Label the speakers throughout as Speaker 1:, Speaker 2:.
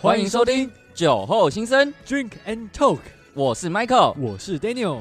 Speaker 1: 欢迎收听酒后心声，
Speaker 2: Drink and Talk，
Speaker 1: 我是 Michael。
Speaker 2: 我是 Daniel。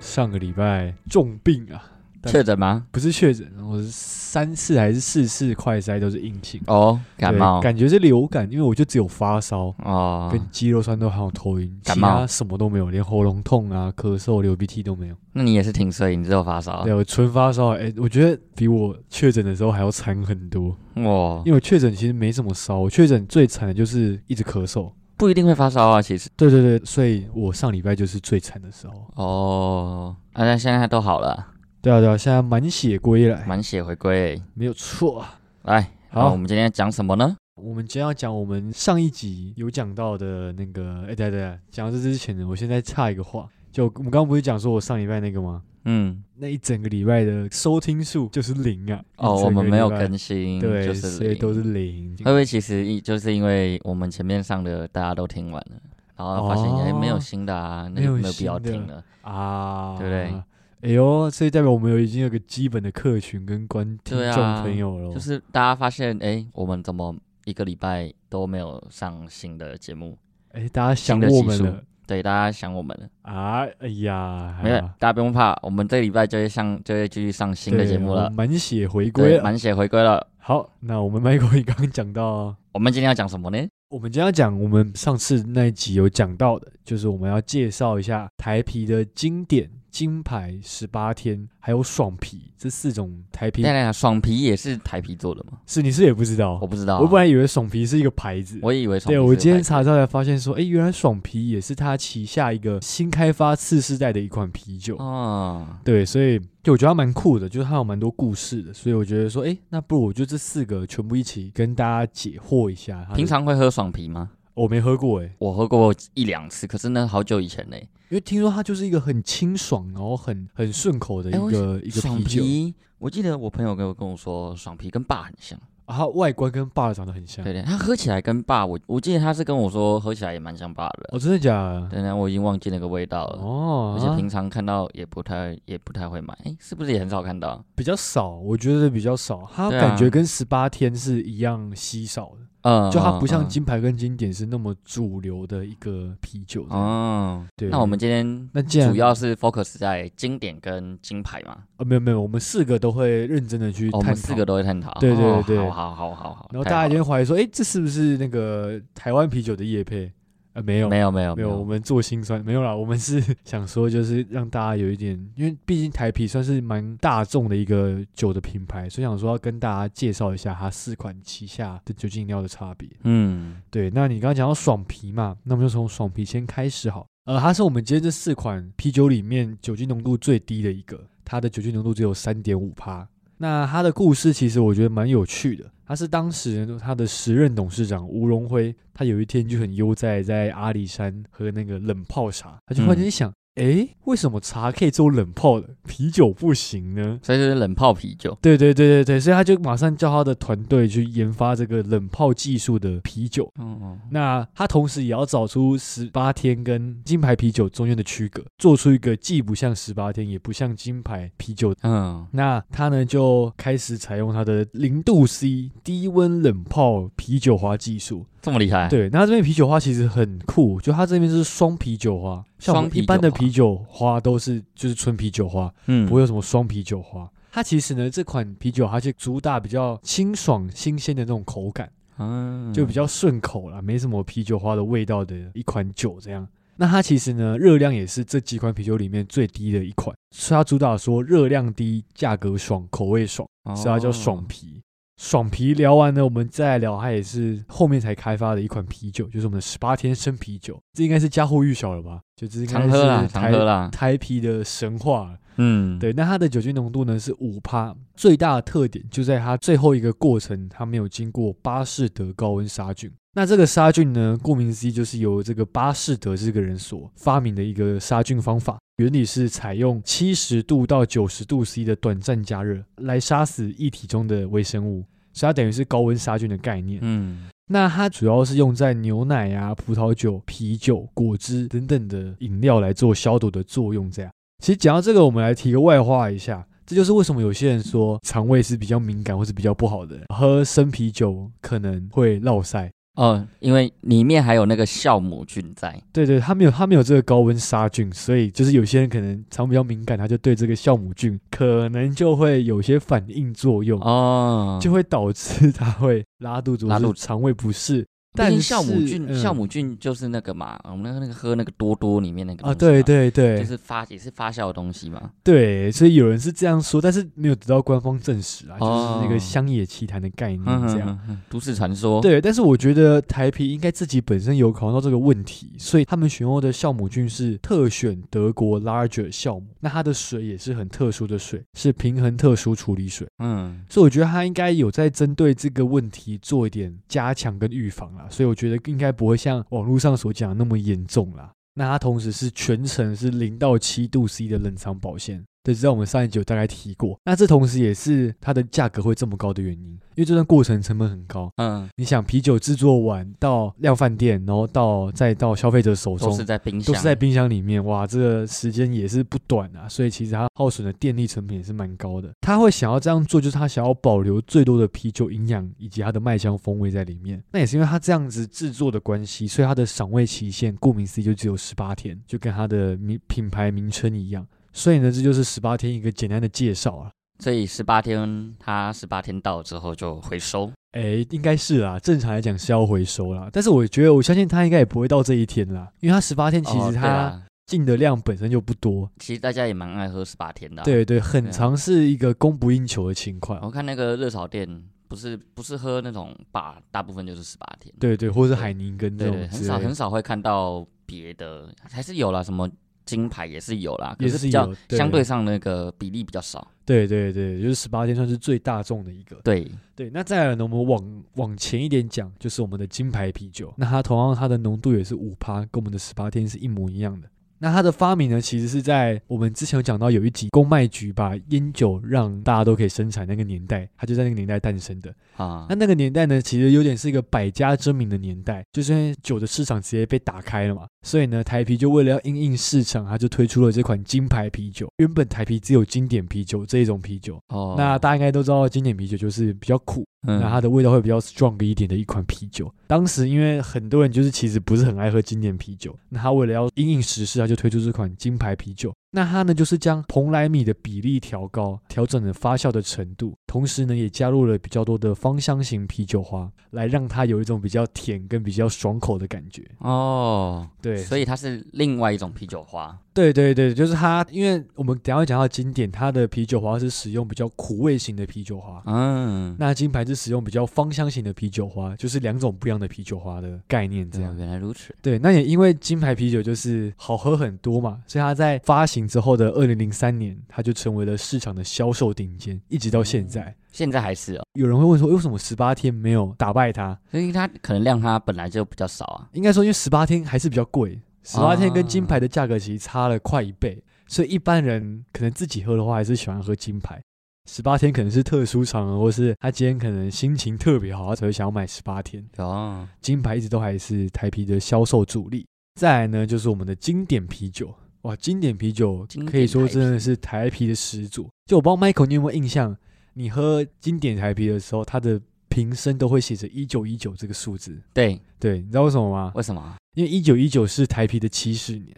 Speaker 2: 上个礼拜重病啊，但
Speaker 1: 确诊吗？
Speaker 2: 不是确诊，我是三次还是四次快筛都是阴性，
Speaker 1: 哦，感
Speaker 2: 对
Speaker 1: 冒
Speaker 2: 感觉是流感，因为我就只有发烧。
Speaker 1: 哦，
Speaker 2: 跟肌肉酸痛还有头晕，
Speaker 1: 感
Speaker 2: 其
Speaker 1: 冒
Speaker 2: 他什么都没有，连喉咙痛啊、咳嗽、流鼻涕都没有。
Speaker 1: 那你也是挺衰，你只有发烧
Speaker 2: 对，。我纯发烧，哎、我觉得比我确诊的时候还要惨很多。
Speaker 1: 哇
Speaker 2: 因，为我确诊其实没什么烧，我确诊最惨的就是一直咳嗽。
Speaker 1: 不一定会发烧啊，其实。
Speaker 2: 对对对，所以我上礼拜就是最惨的时候。
Speaker 1: 哦，啊，但现在都好了，
Speaker 2: 对啊对啊，现在满血归来，
Speaker 1: 满血回归。
Speaker 2: 没有错。啊
Speaker 1: 来，那我
Speaker 2: 好，
Speaker 1: 们今天讲什么呢？
Speaker 2: 我们今天要讲我们上一集有讲到的那个，哎，对对对，讲到这之前呢，我现在插一个话，就我们刚刚不是讲说我上礼拜那个吗？
Speaker 1: 嗯，
Speaker 2: 那一整个礼拜的收听数就是零啊！
Speaker 1: 哦，
Speaker 2: 一
Speaker 1: 我
Speaker 2: 整个
Speaker 1: 们没有
Speaker 2: 礼拜
Speaker 1: 更新，
Speaker 2: 对，
Speaker 1: 就是
Speaker 2: 所以
Speaker 1: 零
Speaker 2: 都是零。
Speaker 1: 会不会其实一就是因为我们前面上的大家都听完了，然后发现
Speaker 2: 哦
Speaker 1: 哎没有新的啊，那
Speaker 2: 没
Speaker 1: 就
Speaker 2: 有
Speaker 1: 没有必要
Speaker 2: 新的
Speaker 1: 听了。
Speaker 2: 啊，
Speaker 1: 对不对？
Speaker 2: 哎呦，所以代表我们有已经有个基本的客群跟观听
Speaker 1: 对啊
Speaker 2: 众朋友了，
Speaker 1: 就是大家发现，哎、我们怎么一个礼拜都没有上新的节目？
Speaker 2: 哎，大家想
Speaker 1: 新的集
Speaker 2: 我们
Speaker 1: 数
Speaker 2: 了
Speaker 1: 对，大家想我们了，
Speaker 2: 啊！哎呀，
Speaker 1: 没有，
Speaker 2: 啊
Speaker 1: 大家不用怕，我们这礼拜就会上，就会继续上新的
Speaker 2: 对
Speaker 1: 节目
Speaker 2: 我们
Speaker 1: 了，
Speaker 2: 满血回归
Speaker 1: 对，
Speaker 2: 了。
Speaker 1: 满血回归了。
Speaker 2: 好，那我们麦克也刚刚讲到，
Speaker 1: 我们今天要讲什么呢？
Speaker 2: 我们今天要讲我们上次那一集有讲到的，就是我们要介绍一下台啤的经典。金牌十八天，还有爽啤这四种台啤
Speaker 1: 当然，爽皮也是台皮做的吗？
Speaker 2: 是你是也不知道
Speaker 1: 我，不知道啊、
Speaker 2: 哦我本来以为爽皮是一个牌子。
Speaker 1: 我以为爽
Speaker 2: 对，
Speaker 1: 皮是
Speaker 2: 我今天
Speaker 1: 台啤
Speaker 2: 查到才发现说，诶，原来爽啤也是它旗下一个新开发次世代的一款啤酒。
Speaker 1: 哦，
Speaker 2: 对，所以就我觉得它蛮酷的，就是它有蛮多故事的，所以我觉得说，诶，那不如我就这四个全部一起跟大家解惑一下。它的
Speaker 1: 平常会喝爽皮吗？
Speaker 2: 我没喝过诶，
Speaker 1: 我喝过一两次，可是那好久以前嘞。
Speaker 2: 因为听说它就是一个很清爽，然后很很顺口的一
Speaker 1: 诶我
Speaker 2: 个、一个
Speaker 1: 爽
Speaker 2: 啤酒，
Speaker 1: 皮，我记得我朋友跟我跟我说，爽皮跟爸很像。
Speaker 2: 啊它外观跟爸长得很像。
Speaker 1: 对对，它喝起来跟爸，我我记得他是跟我说喝起来也蛮像爸的，
Speaker 2: 哦，真的假的？
Speaker 1: 当然我已经忘记那个味道了，
Speaker 2: 哦，
Speaker 1: 而且
Speaker 2: 啊
Speaker 1: 平常看到也不太也不太会买，诶，是不是也很少看到？
Speaker 2: 比较少，我觉得比较少，它
Speaker 1: 对啊
Speaker 2: 感觉跟十八天是一样稀少的。
Speaker 1: 嗯，
Speaker 2: 就它不像
Speaker 1: 嗯
Speaker 2: 金牌跟经典是那么主流的一个啤酒。
Speaker 1: 嗯哦。
Speaker 2: 对，
Speaker 1: 那我们今天
Speaker 2: 那既然
Speaker 1: 主要是 focus 在经典跟金牌嘛，
Speaker 2: 呃没有没有，我们四个都会认真的去
Speaker 1: 哦我
Speaker 2: 探
Speaker 1: 们
Speaker 2: 讨。
Speaker 1: 四个都会探讨。
Speaker 2: 对对
Speaker 1: 哦
Speaker 2: 对
Speaker 1: 好好好好好。
Speaker 2: 然后
Speaker 1: 太
Speaker 2: 大家
Speaker 1: 好
Speaker 2: 一定
Speaker 1: 了
Speaker 2: 会怀疑说，哎，这是不是那个台湾啤酒的叶配？呃，没有
Speaker 1: 没有没有
Speaker 2: 没有，我，们做心酸没有啦，我们是 想说就是让大家有一点，因为毕竟台啤算是蛮大众的一个酒的品牌，所以想说要跟大家介绍一下它四款旗下的酒精饮料的差别。
Speaker 1: 嗯，
Speaker 2: 对，那你刚刚讲到爽啤嘛，那我们就从爽啤先开始好。呃，它是我们今天这四款啤酒里面酒精浓度最低的一个，它的酒精浓度只有三点五趴。那它的故事其实我觉得蛮有趣的，它是当时它的时任董事长吴荣辉，他有一天就很悠哉在阿里山喝那个冷泡茶，他就忽然间想，诶，为什么茶可以做冷泡的，啤酒不行呢？
Speaker 1: 所以就是冷泡啤酒。
Speaker 2: 对对对对对，所以他就马上叫他的团队去研发这个冷泡技术的啤酒。
Speaker 1: 哦，
Speaker 2: 那他同时也要找出十八天跟金牌啤酒中间的区隔，做出一个既不像十八天，也不像金牌啤酒。
Speaker 1: 嗯，
Speaker 2: 那他呢就开始采用他的零度 C 低温冷泡啤酒花技术。
Speaker 1: 这么厉害？，啊
Speaker 2: 对，那这边啤酒花其实很酷，就它这边是双啤酒花，像我
Speaker 1: 双
Speaker 2: 们
Speaker 1: 啤酒
Speaker 2: 一般的
Speaker 1: 花
Speaker 2: 啤酒花都是就是纯啤酒花，
Speaker 1: 嗯，
Speaker 2: 不会有什么双啤酒花。它其实呢，这款啤酒它就主打比较清爽、新鲜的那种口感。
Speaker 1: 嗯，
Speaker 2: 就比较顺口啦，没什么啤酒花的味道的一款酒这样。那它其实呢，热量也是这几款啤酒里面最低的一款，所以它主打说热量低、价格爽、口味爽，
Speaker 1: 哦，
Speaker 2: 所以它叫啊爽啤。爽啤聊完呢，我们再来聊它也是后面才开发的一款啤酒，就是我们的十八天生啤酒。这应该是家喻户晓了吧？就这应该
Speaker 1: 常喝啦，
Speaker 2: 是
Speaker 1: 常喝
Speaker 2: 台
Speaker 1: 啦，
Speaker 2: 台啤的神话了。
Speaker 1: 嗯，
Speaker 2: 对，那它的酒精浓度呢是五趴，最大的特点就在它最后一个过程，它没有经过巴士德高温杀菌。那这个杀菌呢，顾名思义就是由这个巴士德这个人所发明的一个杀菌方法，原理是采用七十度到九十度 C 的短暂加热来杀死液体中的微生物，所以它等于是高温杀菌的概念。
Speaker 1: 嗯，
Speaker 2: 那它主要是用在牛奶啊、葡萄酒、啤酒、果汁等等的饮料来做消毒的作用。这样，其实讲到这个，我们来提个外话一下，这就是为什么有些人说肠胃是比较敏感或是比较不好的人，喝生啤酒可能会落腮。
Speaker 1: 哦，因为里面还有那个酵母菌在，
Speaker 2: 对对，它没有它没有这个高温杀菌，所以就是有些人可能肠比较敏感，他就对这个酵母菌可能就会有些反应作用，
Speaker 1: 哦，
Speaker 2: 就会导致他会拉肚子、
Speaker 1: 拉肚子
Speaker 2: 肠胃不适。
Speaker 1: 毕
Speaker 2: 但
Speaker 1: 竟
Speaker 2: 是
Speaker 1: 酵母菌，
Speaker 2: 嗯
Speaker 1: 酵母菌就是那个嘛，我们那个那个喝那个多多里面那个
Speaker 2: 啊，
Speaker 1: 东西
Speaker 2: 对对
Speaker 1: 嘛，
Speaker 2: 对，
Speaker 1: 就是发也是发酵的东西嘛。
Speaker 2: 对，所以有人是这样说，但是没有得到官方证实啊，就是那
Speaker 1: 哦
Speaker 2: 个乡野奇谈的概念
Speaker 1: 嗯
Speaker 2: 这样。
Speaker 1: 哼哼都市传说。，
Speaker 2: 对，但是我觉得台啤应该自己本身有考虑到这个问题，所以他们选用的酵母菌是特选德国 Larger 酵母，那它的水也是很特殊的水，是平衡特殊处理水，
Speaker 1: 嗯，
Speaker 2: 所以我觉得它应该有在针对这个问题做一点加强跟预防啦，所以我觉得应该不会像网络上所讲的那么严重啦。那它同时是全程是零到七度 C 的冷藏保鲜，这知道我们上一集有大概提过。那这同时也是它的价格会这么高的原因，因为这段过程成本很高，
Speaker 1: 嗯，
Speaker 2: 你想啤酒制作完到量贩店，然后到再到消费者手中，
Speaker 1: 都是在冰
Speaker 2: 都
Speaker 1: 箱，
Speaker 2: 是在冰箱里面，哇，这个时间也是不短啊，所以其实它耗损的电力成本也是蛮高的。他会想要这样做，就是他想要保留最多的啤酒营养以及它的麦香风味在里面。那也是因为它这样子制作的关系，所以它的赏味期限顾名思义就只有十八天，就跟它的名品牌名称一样。所以呢，这就是十八天一个简单的介绍啊。
Speaker 1: 所以十八天，它十八天到之后就回收。
Speaker 2: 诶，应该是啦，正常来讲是要回收啦，但是我觉得我相信他应该也不会到这一天啦，因为他十八天其
Speaker 1: 哦
Speaker 2: 实
Speaker 1: 对
Speaker 2: 他
Speaker 1: 啦
Speaker 2: 进的量本身就不多，
Speaker 1: 其实大家也蛮爱喝十八天的啊、
Speaker 2: 对对，很
Speaker 1: 对啊哦
Speaker 2: 常是一个供不应求的情况，
Speaker 1: 我看那个热炒店，不是不是喝那种吧，大部分就是十八天。
Speaker 2: 对对，或是海宁根这
Speaker 1: 对
Speaker 2: 种
Speaker 1: 对，很
Speaker 2: 之
Speaker 1: 少
Speaker 2: 类的
Speaker 1: 很少会看到别的，还是有啦，什么金牌也是有啦，可
Speaker 2: 也
Speaker 1: 是
Speaker 2: 是
Speaker 1: 比较
Speaker 2: 有
Speaker 1: 相对上那个比例比较少。
Speaker 2: 对对对，就是十八天算是最大众的一个。
Speaker 1: 对，
Speaker 2: 对，那再来呢，我们往往前一点讲，就是我们的金牌啤酒，那它同样它的浓度也是五趴，跟我们的十八天是一模一样的。那它的发明呢，其实是在我们之前有讲到有一集公卖局把烟酒让大家都可以生产那个年代，它就在那个年代诞生的。
Speaker 1: 啊
Speaker 2: 那，那个年代呢，其实有点是一个百家争鸣的年代，就是因为酒的市场直接被打开了嘛，所以呢，台啤就为了要应应市场，它就推出了这款金牌啤酒。原本台啤只有经典啤酒这一种啤酒，
Speaker 1: 哦，
Speaker 2: 那大家应该都知道，经典啤酒就是比较苦，
Speaker 1: 嗯
Speaker 2: 那它的味道会比较 strong 一点的一款啤酒。当时因为很多人就是其实不是很爱喝经典啤酒，那他为了要因应时事，他就推出这款金牌啤酒。那它呢就是将蓬莱米的比例调高，调整了发酵的程度，同时呢也加入了比较多的芳香型啤酒花，来让它有一种比较甜跟比较爽口的感觉。
Speaker 1: 哦，
Speaker 2: 对，
Speaker 1: 所以它是另外一种啤酒花。
Speaker 2: 对对对，就是它，因为我们等一下会讲到经典，它的啤酒花是使用比较苦味型的啤酒花。
Speaker 1: 嗯，
Speaker 2: 那金牌是使用比较芳香型的啤酒花，就是两种不一样的啤酒花的概念这
Speaker 1: 对啊
Speaker 2: 样。
Speaker 1: 原来如此。
Speaker 2: 对，那也因为金牌啤酒就是好喝很多嘛，所以它在发行之后的二零零三年，它就成为了市场的销售顶尖，一直到现在。
Speaker 1: 现在还是哦，
Speaker 2: 有人会问说，为什么十八天没有打败它？
Speaker 1: 所以它可能量它本来就比较少啊。
Speaker 2: 应该说，因为十八天还是比较贵，十八天跟金牌的价格其实差了快一倍，所以一般人可能自己喝的话，还是喜欢喝金牌。十八天可能是特殊场合，或是他今天可能心情特别好，他才会想要买十八天。
Speaker 1: 哦，
Speaker 2: 金牌一直都还是台啤的销售主力。再来呢，就是我们的经典啤酒，哇，经典啤酒
Speaker 1: 经典
Speaker 2: 可以说真的是台啤的始祖。就我不知道 Michael 你有没有印象，你喝经典台啤的时候，它的瓶身都会写着一九一九这个数字。
Speaker 1: 对，
Speaker 2: 对，你知道为什么吗？
Speaker 1: 为什么？啊
Speaker 2: 因为一九一九是台啤的七十年。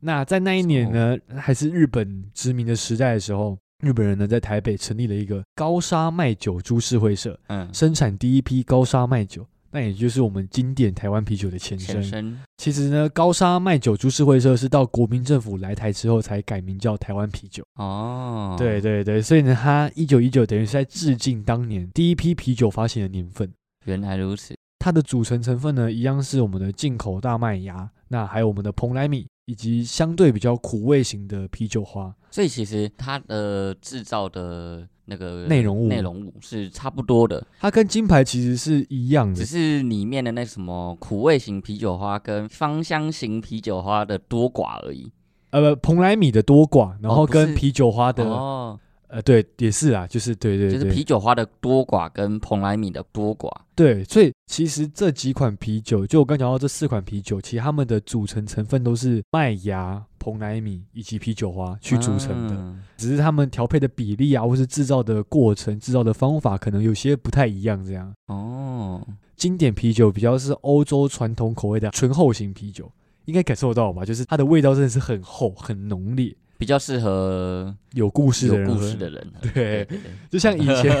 Speaker 2: 那在那一年呢，还是日本殖民的时代的时候，日本人呢在台北成立了一个高沙卖酒株式会社，
Speaker 1: 嗯，
Speaker 2: 生产第一批高沙麦酒，那也就是我们经典台湾啤酒的前身。
Speaker 1: 前身
Speaker 2: 其实呢，高沙麦酒株式会社是到国民政府来台之后才改名叫台湾啤酒。
Speaker 1: 哦，
Speaker 2: 对，对对，所以呢，它一九一九等于是在致敬当年第一批啤酒发行的年份。
Speaker 1: 原来如此。
Speaker 2: 它的组成成分呢，一样是我们的进口大麦芽，那还有我们的蓬莱米，以及相对比较苦味型的啤酒花。
Speaker 1: 所以其实它的制造的那个
Speaker 2: 内容物
Speaker 1: 内容物是差不多的，
Speaker 2: 它跟金牌其实是一样的
Speaker 1: 只，是里面的那什么苦味型啤酒花跟芳香型啤酒花的多寡而已。
Speaker 2: 呃，不蓬莱米的多寡，然
Speaker 1: 哦
Speaker 2: 后
Speaker 1: 不是
Speaker 2: 跟啤酒花的，
Speaker 1: 哦，
Speaker 2: 呃，对，也是啊，就是对对
Speaker 1: 就
Speaker 2: 对，
Speaker 1: 是啤酒花的多寡跟蓬莱米的多寡。
Speaker 2: 对，所以其实这几款啤酒，就我刚讲到这四款啤酒，其实它们的组成成分都是麦芽、蓬莱米以及啤酒花去组成的，
Speaker 1: 嗯
Speaker 2: 只是他们调配的比例啊，或是制造的过程、制造的方法，可能有些不太一样。这样，
Speaker 1: 哦，
Speaker 2: 经典啤酒比较是欧洲传统口味的醇厚型啤酒，应该感受到吧？就是它的味道真的是很厚、很浓烈，
Speaker 1: 比较适合
Speaker 2: 有故事的
Speaker 1: 有
Speaker 2: 人
Speaker 1: 故
Speaker 2: 喝
Speaker 1: 事的人喝。
Speaker 2: 对
Speaker 1: 对对
Speaker 2: 就像以 前，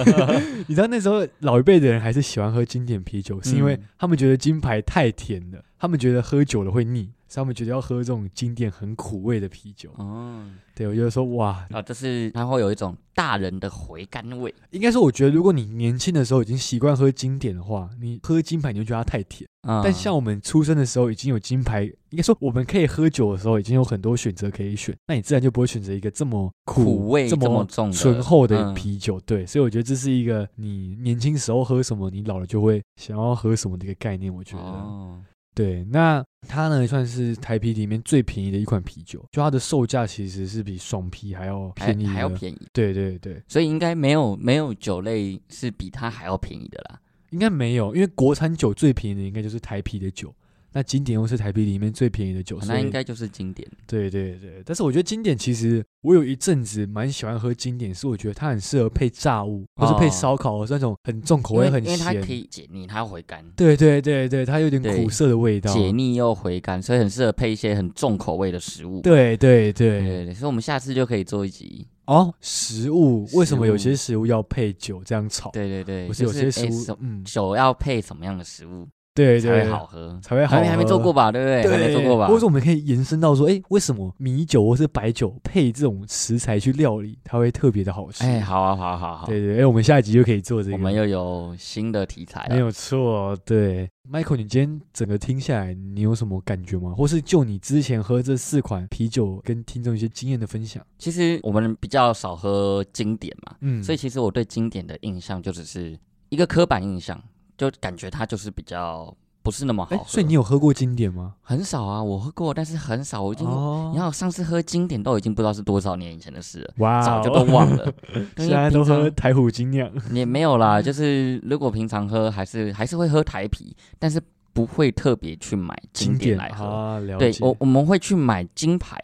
Speaker 2: 你知道那时候老一辈的人还是喜欢喝经典啤酒，是因为
Speaker 1: 嗯
Speaker 2: 他们觉得金牌太甜了，他们觉得喝久了会腻，所以他们觉得要喝这种经典很苦味的啤酒。
Speaker 1: 哦，
Speaker 2: 对我觉得说哇，
Speaker 1: 啊，就是它会有一种大人的回甘味。
Speaker 2: 应该说我觉得如果你年轻的时候已经习惯喝经典的话，你喝金牌你就觉得它太甜。
Speaker 1: 嗯
Speaker 2: 但像我们出生的时候已经有金牌，应该说我们可以喝酒的时候已经有很多选择可以选，那你自然就不会选择一个这么苦
Speaker 1: 苦味
Speaker 2: 这
Speaker 1: 这么
Speaker 2: 么
Speaker 1: 重的
Speaker 2: 醇厚的
Speaker 1: 嗯
Speaker 2: 啤酒，对，所以我觉得这是一个你年轻时候喝什么，你老了就会想要喝什么的一个概念。我觉得，
Speaker 1: 哦，
Speaker 2: 对，那它呢算是台啤里面最便宜的一款啤酒，就它的售价其实是比爽啤还要
Speaker 1: 还
Speaker 2: 便宜的，
Speaker 1: 还要便宜，
Speaker 2: 对对对，
Speaker 1: 所以应该没有没有酒类是比它还要便宜的啦。
Speaker 2: 应该没有，因为国产酒最便宜的应该就是台啤的酒，那经典又是台啤里面最便宜的酒，所
Speaker 1: 哦那
Speaker 2: 以
Speaker 1: 应该就是经典。
Speaker 2: 对对对。但是我觉得经典其实我有一阵子蛮喜欢喝经典，是我觉得它很适合配炸物，或是配
Speaker 1: 哦
Speaker 2: 烧烤，是那种很重口
Speaker 1: 因为
Speaker 2: 味、很
Speaker 1: 因为它
Speaker 2: 咸
Speaker 1: 可。以解腻，它回甘，
Speaker 2: 对对对对，它有点
Speaker 1: 对
Speaker 2: 苦涩的味道。
Speaker 1: 解腻又回甘，所以很适合配一些很重口味的食物。
Speaker 2: 对对
Speaker 1: 对
Speaker 2: 对，
Speaker 1: 对对，所以我们下次就可以做一集。
Speaker 2: 哦，食物为什么
Speaker 1: 食物
Speaker 2: 有些食物要配酒这样炒？
Speaker 1: 对对对，
Speaker 2: 哦不是
Speaker 1: 就
Speaker 2: 有些食
Speaker 1: 诶
Speaker 2: 物
Speaker 1: 什么，
Speaker 2: 嗯，
Speaker 1: 酒要配什么样的食物
Speaker 2: 对
Speaker 1: 才
Speaker 2: 对，
Speaker 1: 会好喝？
Speaker 2: 才会好
Speaker 1: 还没还没做
Speaker 2: 喝
Speaker 1: 过吧？对不对？
Speaker 2: 对，
Speaker 1: 还没做过吧？
Speaker 2: 或者我们可以延伸到说，哎、为什么米酒或是白酒配这种食材去料理，它会特别的好吃？
Speaker 1: 哎，好啊，好啊好啊好啊，
Speaker 2: 对对，哎、我们下一集就可以做这个。
Speaker 1: 我们又有新的题材
Speaker 2: 没
Speaker 1: 了。
Speaker 2: 有错，对，Michael，你今天整个听下来，你有什么感觉吗？或是就你之前喝这四款啤酒，跟听众一些经验的分享？
Speaker 1: 其实我们比较少喝经典嘛，
Speaker 2: 嗯，
Speaker 1: 所以其实我对经典的印象就只是一个刻板印象，就感觉它就是比较不是那么好
Speaker 2: 哎、
Speaker 1: 喝。
Speaker 2: 所以你有喝过经典吗？
Speaker 1: 很少啊，我喝过，但是很少，我已经。
Speaker 2: 哦
Speaker 1: 你看，我上次喝经典都已经不知道是多少年以前的事了，
Speaker 2: 哇哦，
Speaker 1: 早就都忘了。对
Speaker 2: 现在都喝
Speaker 1: 平
Speaker 2: 台虎精酿，
Speaker 1: 常也没有啦，就是如果平常喝，还是还是会喝台啤，但是不会特别去买经典来喝。
Speaker 2: 啊，了
Speaker 1: 对
Speaker 2: 解，
Speaker 1: 我我们会去买金牌，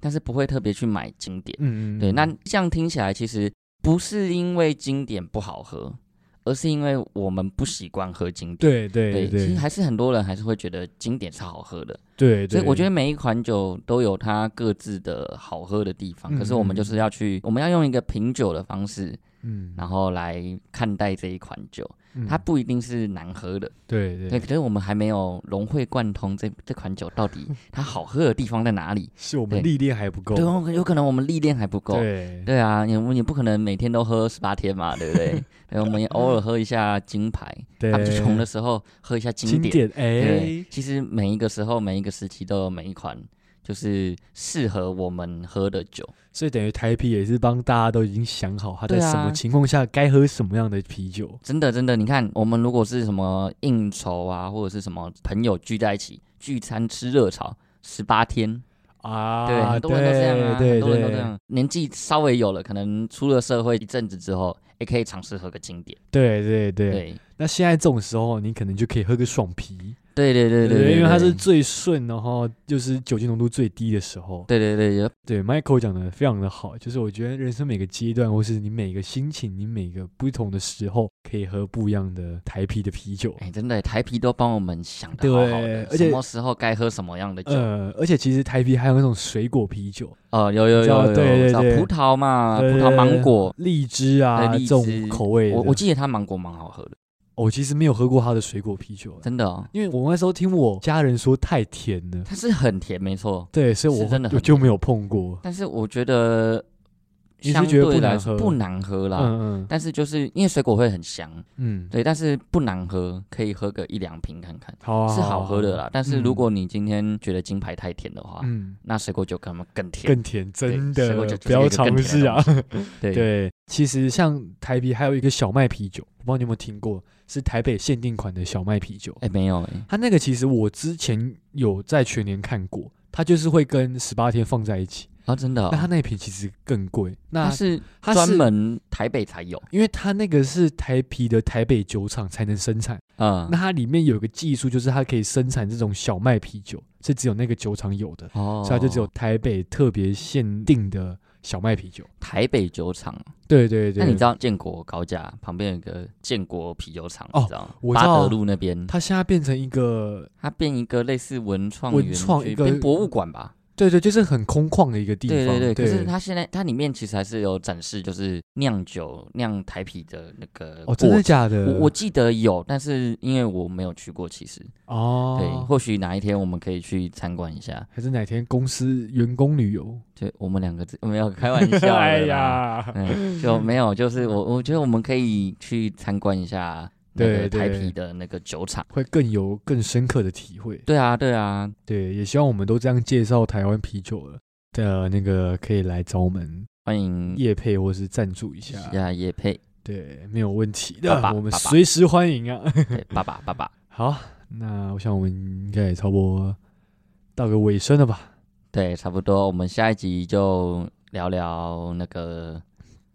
Speaker 1: 但是不会特别去买经典。
Speaker 2: 嗯嗯，
Speaker 1: 对，
Speaker 2: 嗯
Speaker 1: 那这样听起来其实不是因为经典不好喝，而是因为我们不习惯喝经典。
Speaker 2: 对对
Speaker 1: 其
Speaker 2: 对
Speaker 1: 实还是很多人还是会觉得经典是好喝的，
Speaker 2: 对，
Speaker 1: 所以我觉
Speaker 2: 得
Speaker 1: 得每一款酒都有它各自的好喝的地方。
Speaker 2: 嗯
Speaker 1: 可是我们就是要去，我们要用一个品酒的方式，
Speaker 2: 嗯，
Speaker 1: 然后来看待这一款酒，
Speaker 2: 嗯
Speaker 1: 它不一定是难喝的，
Speaker 2: 对
Speaker 1: 对，
Speaker 2: 对，
Speaker 1: 可是我们还没有融会贯通这这款酒 到底它好喝的地方在哪里。
Speaker 2: 是我
Speaker 1: 对
Speaker 2: 们历练还不够，
Speaker 1: 对，有可有可能我们历练还不够。
Speaker 2: 对
Speaker 1: 对啊，你我们也不可能每天都喝十八天嘛，对 不对？对，我们也偶尔喝一下金牌，
Speaker 2: 对，
Speaker 1: 他们就穷的时候喝一下经
Speaker 2: 经
Speaker 1: 典。
Speaker 2: 典
Speaker 1: 对
Speaker 2: 哎，，
Speaker 1: 其实每一个时候、每一个时期都有每一款就是适合我们喝的酒。
Speaker 2: 所以等于台啤也是帮大家都已经想好他在
Speaker 1: 对
Speaker 2: 什
Speaker 1: 啊
Speaker 2: 么情况下该喝什么样的啤酒，
Speaker 1: 真的，真的，你看，我们如果是什么应酬啊，或者是什么朋友聚在一起聚餐吃热炒，十八天，
Speaker 2: 啊，
Speaker 1: 对，很多人都这样啊，
Speaker 2: 对
Speaker 1: 很多人都这
Speaker 2: 对
Speaker 1: 样。年纪稍微有了，可能出了社会一阵子之后，也可以尝试喝个经典。
Speaker 2: 对对对。
Speaker 1: 对，
Speaker 2: 那现在这种时候，你可能就可以喝个爽啤，
Speaker 1: 对对对对
Speaker 2: 对，因为它
Speaker 1: 对
Speaker 2: 是最顺，然后就是酒精浓度最低的时候。
Speaker 1: 对对对，有
Speaker 2: 对，Michael 讲的非常的好，就是我觉得人生每个阶段，或是你每个心情，你每个不同的时候，可以喝不一样的台啤的啤酒。
Speaker 1: 哎、真的台啤都帮我们想的好好
Speaker 2: 对
Speaker 1: 的，
Speaker 2: 而且
Speaker 1: 什么时候该喝什么样的酒？
Speaker 2: 呃，而且其实台啤还有那种水果啤酒，
Speaker 1: 哦，有有有
Speaker 2: 叫
Speaker 1: 有有，
Speaker 2: 对对
Speaker 1: 叫
Speaker 2: 对
Speaker 1: 葡萄嘛，葡
Speaker 2: 对
Speaker 1: 萄芒果，
Speaker 2: 荔枝啊
Speaker 1: 对
Speaker 2: 这
Speaker 1: 荔
Speaker 2: 种
Speaker 1: 枝
Speaker 2: 口味的。
Speaker 1: 我我记得它芒果蛮好喝的，
Speaker 2: 我其实没有喝过它的水果啤酒，
Speaker 1: 真的哦，
Speaker 2: 因为我那时候听我家人说太甜了，
Speaker 1: 它是很甜，没错，
Speaker 2: 对，所以
Speaker 1: 是
Speaker 2: 我
Speaker 1: 真的
Speaker 2: 我
Speaker 1: 很
Speaker 2: 就
Speaker 1: 甜
Speaker 2: 没有碰过。
Speaker 1: 但是我觉得
Speaker 2: 你是
Speaker 1: 相
Speaker 2: 觉得
Speaker 1: 对
Speaker 2: 不难
Speaker 1: 来说
Speaker 2: 喝
Speaker 1: 不难喝啦。
Speaker 2: 嗯嗯
Speaker 1: 但是就是因为水果会很香，
Speaker 2: 嗯，
Speaker 1: 对，但是不难喝，可以喝个一两瓶看看，
Speaker 2: 好啊，
Speaker 1: 是好喝的
Speaker 2: 啊。
Speaker 1: 啦。但是如
Speaker 2: 嗯
Speaker 1: 果你今天觉得金牌太甜的话，
Speaker 2: 嗯，
Speaker 1: 那水果酒可能更甜。
Speaker 2: 更甜，真
Speaker 1: 对水果酒
Speaker 2: 的
Speaker 1: 就是
Speaker 2: 不要
Speaker 1: 一个更
Speaker 2: 尝
Speaker 1: 甜的
Speaker 2: 试啊。
Speaker 1: 对
Speaker 2: 对，其实像台啤还有一个小麦啤酒，我不知道你有没有听过，是台北限定款的小麦啤酒。
Speaker 1: 哎、没有哎、
Speaker 2: 它那个其实我之前有在全年看过，它就是会跟十八天放在一起，
Speaker 1: 啊，真的哦、
Speaker 2: 那它那一瓶其实更贵。那
Speaker 1: 它是
Speaker 2: 它
Speaker 1: 专
Speaker 2: 是
Speaker 1: 门台北才有，
Speaker 2: 因为它那个是台啤的台北酒厂才能生产，
Speaker 1: 嗯
Speaker 2: 那，它里面有一个技术，就是它可以生产这种小麦啤酒，是只有那个酒厂有的，
Speaker 1: 哦
Speaker 2: 所以它就只有台北特别限定的小麦啤酒。
Speaker 1: 台北酒厂。
Speaker 2: 对对对，
Speaker 1: 那你知道建国高架旁边有个建国啤酒厂，
Speaker 2: 哦
Speaker 1: 你知道吗？
Speaker 2: 我知
Speaker 1: 巴
Speaker 2: 道
Speaker 1: 德路那边，
Speaker 2: 它现在变成一个，
Speaker 1: 它变一个类似文创
Speaker 2: 文
Speaker 1: 园
Speaker 2: 创
Speaker 1: 区
Speaker 2: 一个
Speaker 1: 变博物馆吧？
Speaker 2: 对对，就是很空旷的一个地方。
Speaker 1: 对对对。可是它现在它里面其实还是有展示，就是酿酒酿台啤的那个
Speaker 2: 哦，真
Speaker 1: 过
Speaker 2: 的
Speaker 1: 程
Speaker 2: 假的？
Speaker 1: 我我记得有，但是因为我没有去过，其实对，
Speaker 2: 哦，
Speaker 1: 或许哪一天我们可以去参观一下。
Speaker 2: 还是哪天公司员工旅游？
Speaker 1: 就我们两个之没有 开玩笑的啦，
Speaker 2: 哎呀，
Speaker 1: 嗯，就没有，就是我我觉得我们可以去参观一下那
Speaker 2: 对
Speaker 1: 个
Speaker 2: 对
Speaker 1: 台啤的那个酒厂。
Speaker 2: 会更有更深刻的体会。
Speaker 1: 对啊，对啊，
Speaker 2: 对，也希望我们都这样介绍台湾啤酒了的呃那个，可以来找我们
Speaker 1: 欢迎
Speaker 2: 业配或是赞助一下。
Speaker 1: 呀叶佩，
Speaker 2: 对，没有问题的，
Speaker 1: 爸爸
Speaker 2: 我们
Speaker 1: 爸爸
Speaker 2: 随时欢迎啊。
Speaker 1: 对爸爸爸爸，
Speaker 2: 好，那我想我们应该也差不多到个尾声了吧？
Speaker 1: 对，差不多，我们下一集就聊聊那个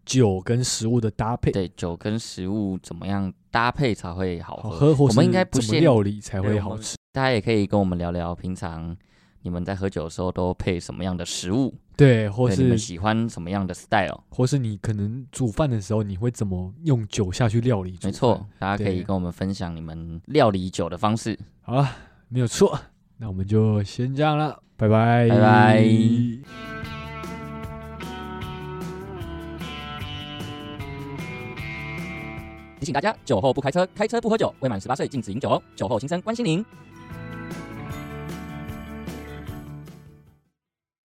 Speaker 2: 酒跟食物的搭配，
Speaker 1: 对酒跟食物怎么样搭配才会好
Speaker 2: 好
Speaker 1: 喝。
Speaker 2: 喝或
Speaker 1: 我们
Speaker 2: 是
Speaker 1: 应该不
Speaker 2: 怎么
Speaker 1: 限
Speaker 2: 料理才
Speaker 1: 对
Speaker 2: 会
Speaker 1: 我
Speaker 2: 好
Speaker 1: 们
Speaker 2: 吃。
Speaker 1: 大家也可以跟我们聊聊，平常你们在喝酒的时候都配什么样的食物，
Speaker 2: 对，或
Speaker 1: 对你
Speaker 2: 是
Speaker 1: 们喜欢什么样的 style。
Speaker 2: 或是你可能煮饭的时候，你会怎么用酒下去料理？
Speaker 1: 没错，，大家可以
Speaker 2: 对
Speaker 1: 跟我们分享你们料理酒的方式。
Speaker 2: 好了，没有错。那我们就先这样了，拜拜，
Speaker 1: 拜拜提醒大家，酒后不开车，开车不喝酒，未满十八岁禁止饮酒哦。酒后心生关心您。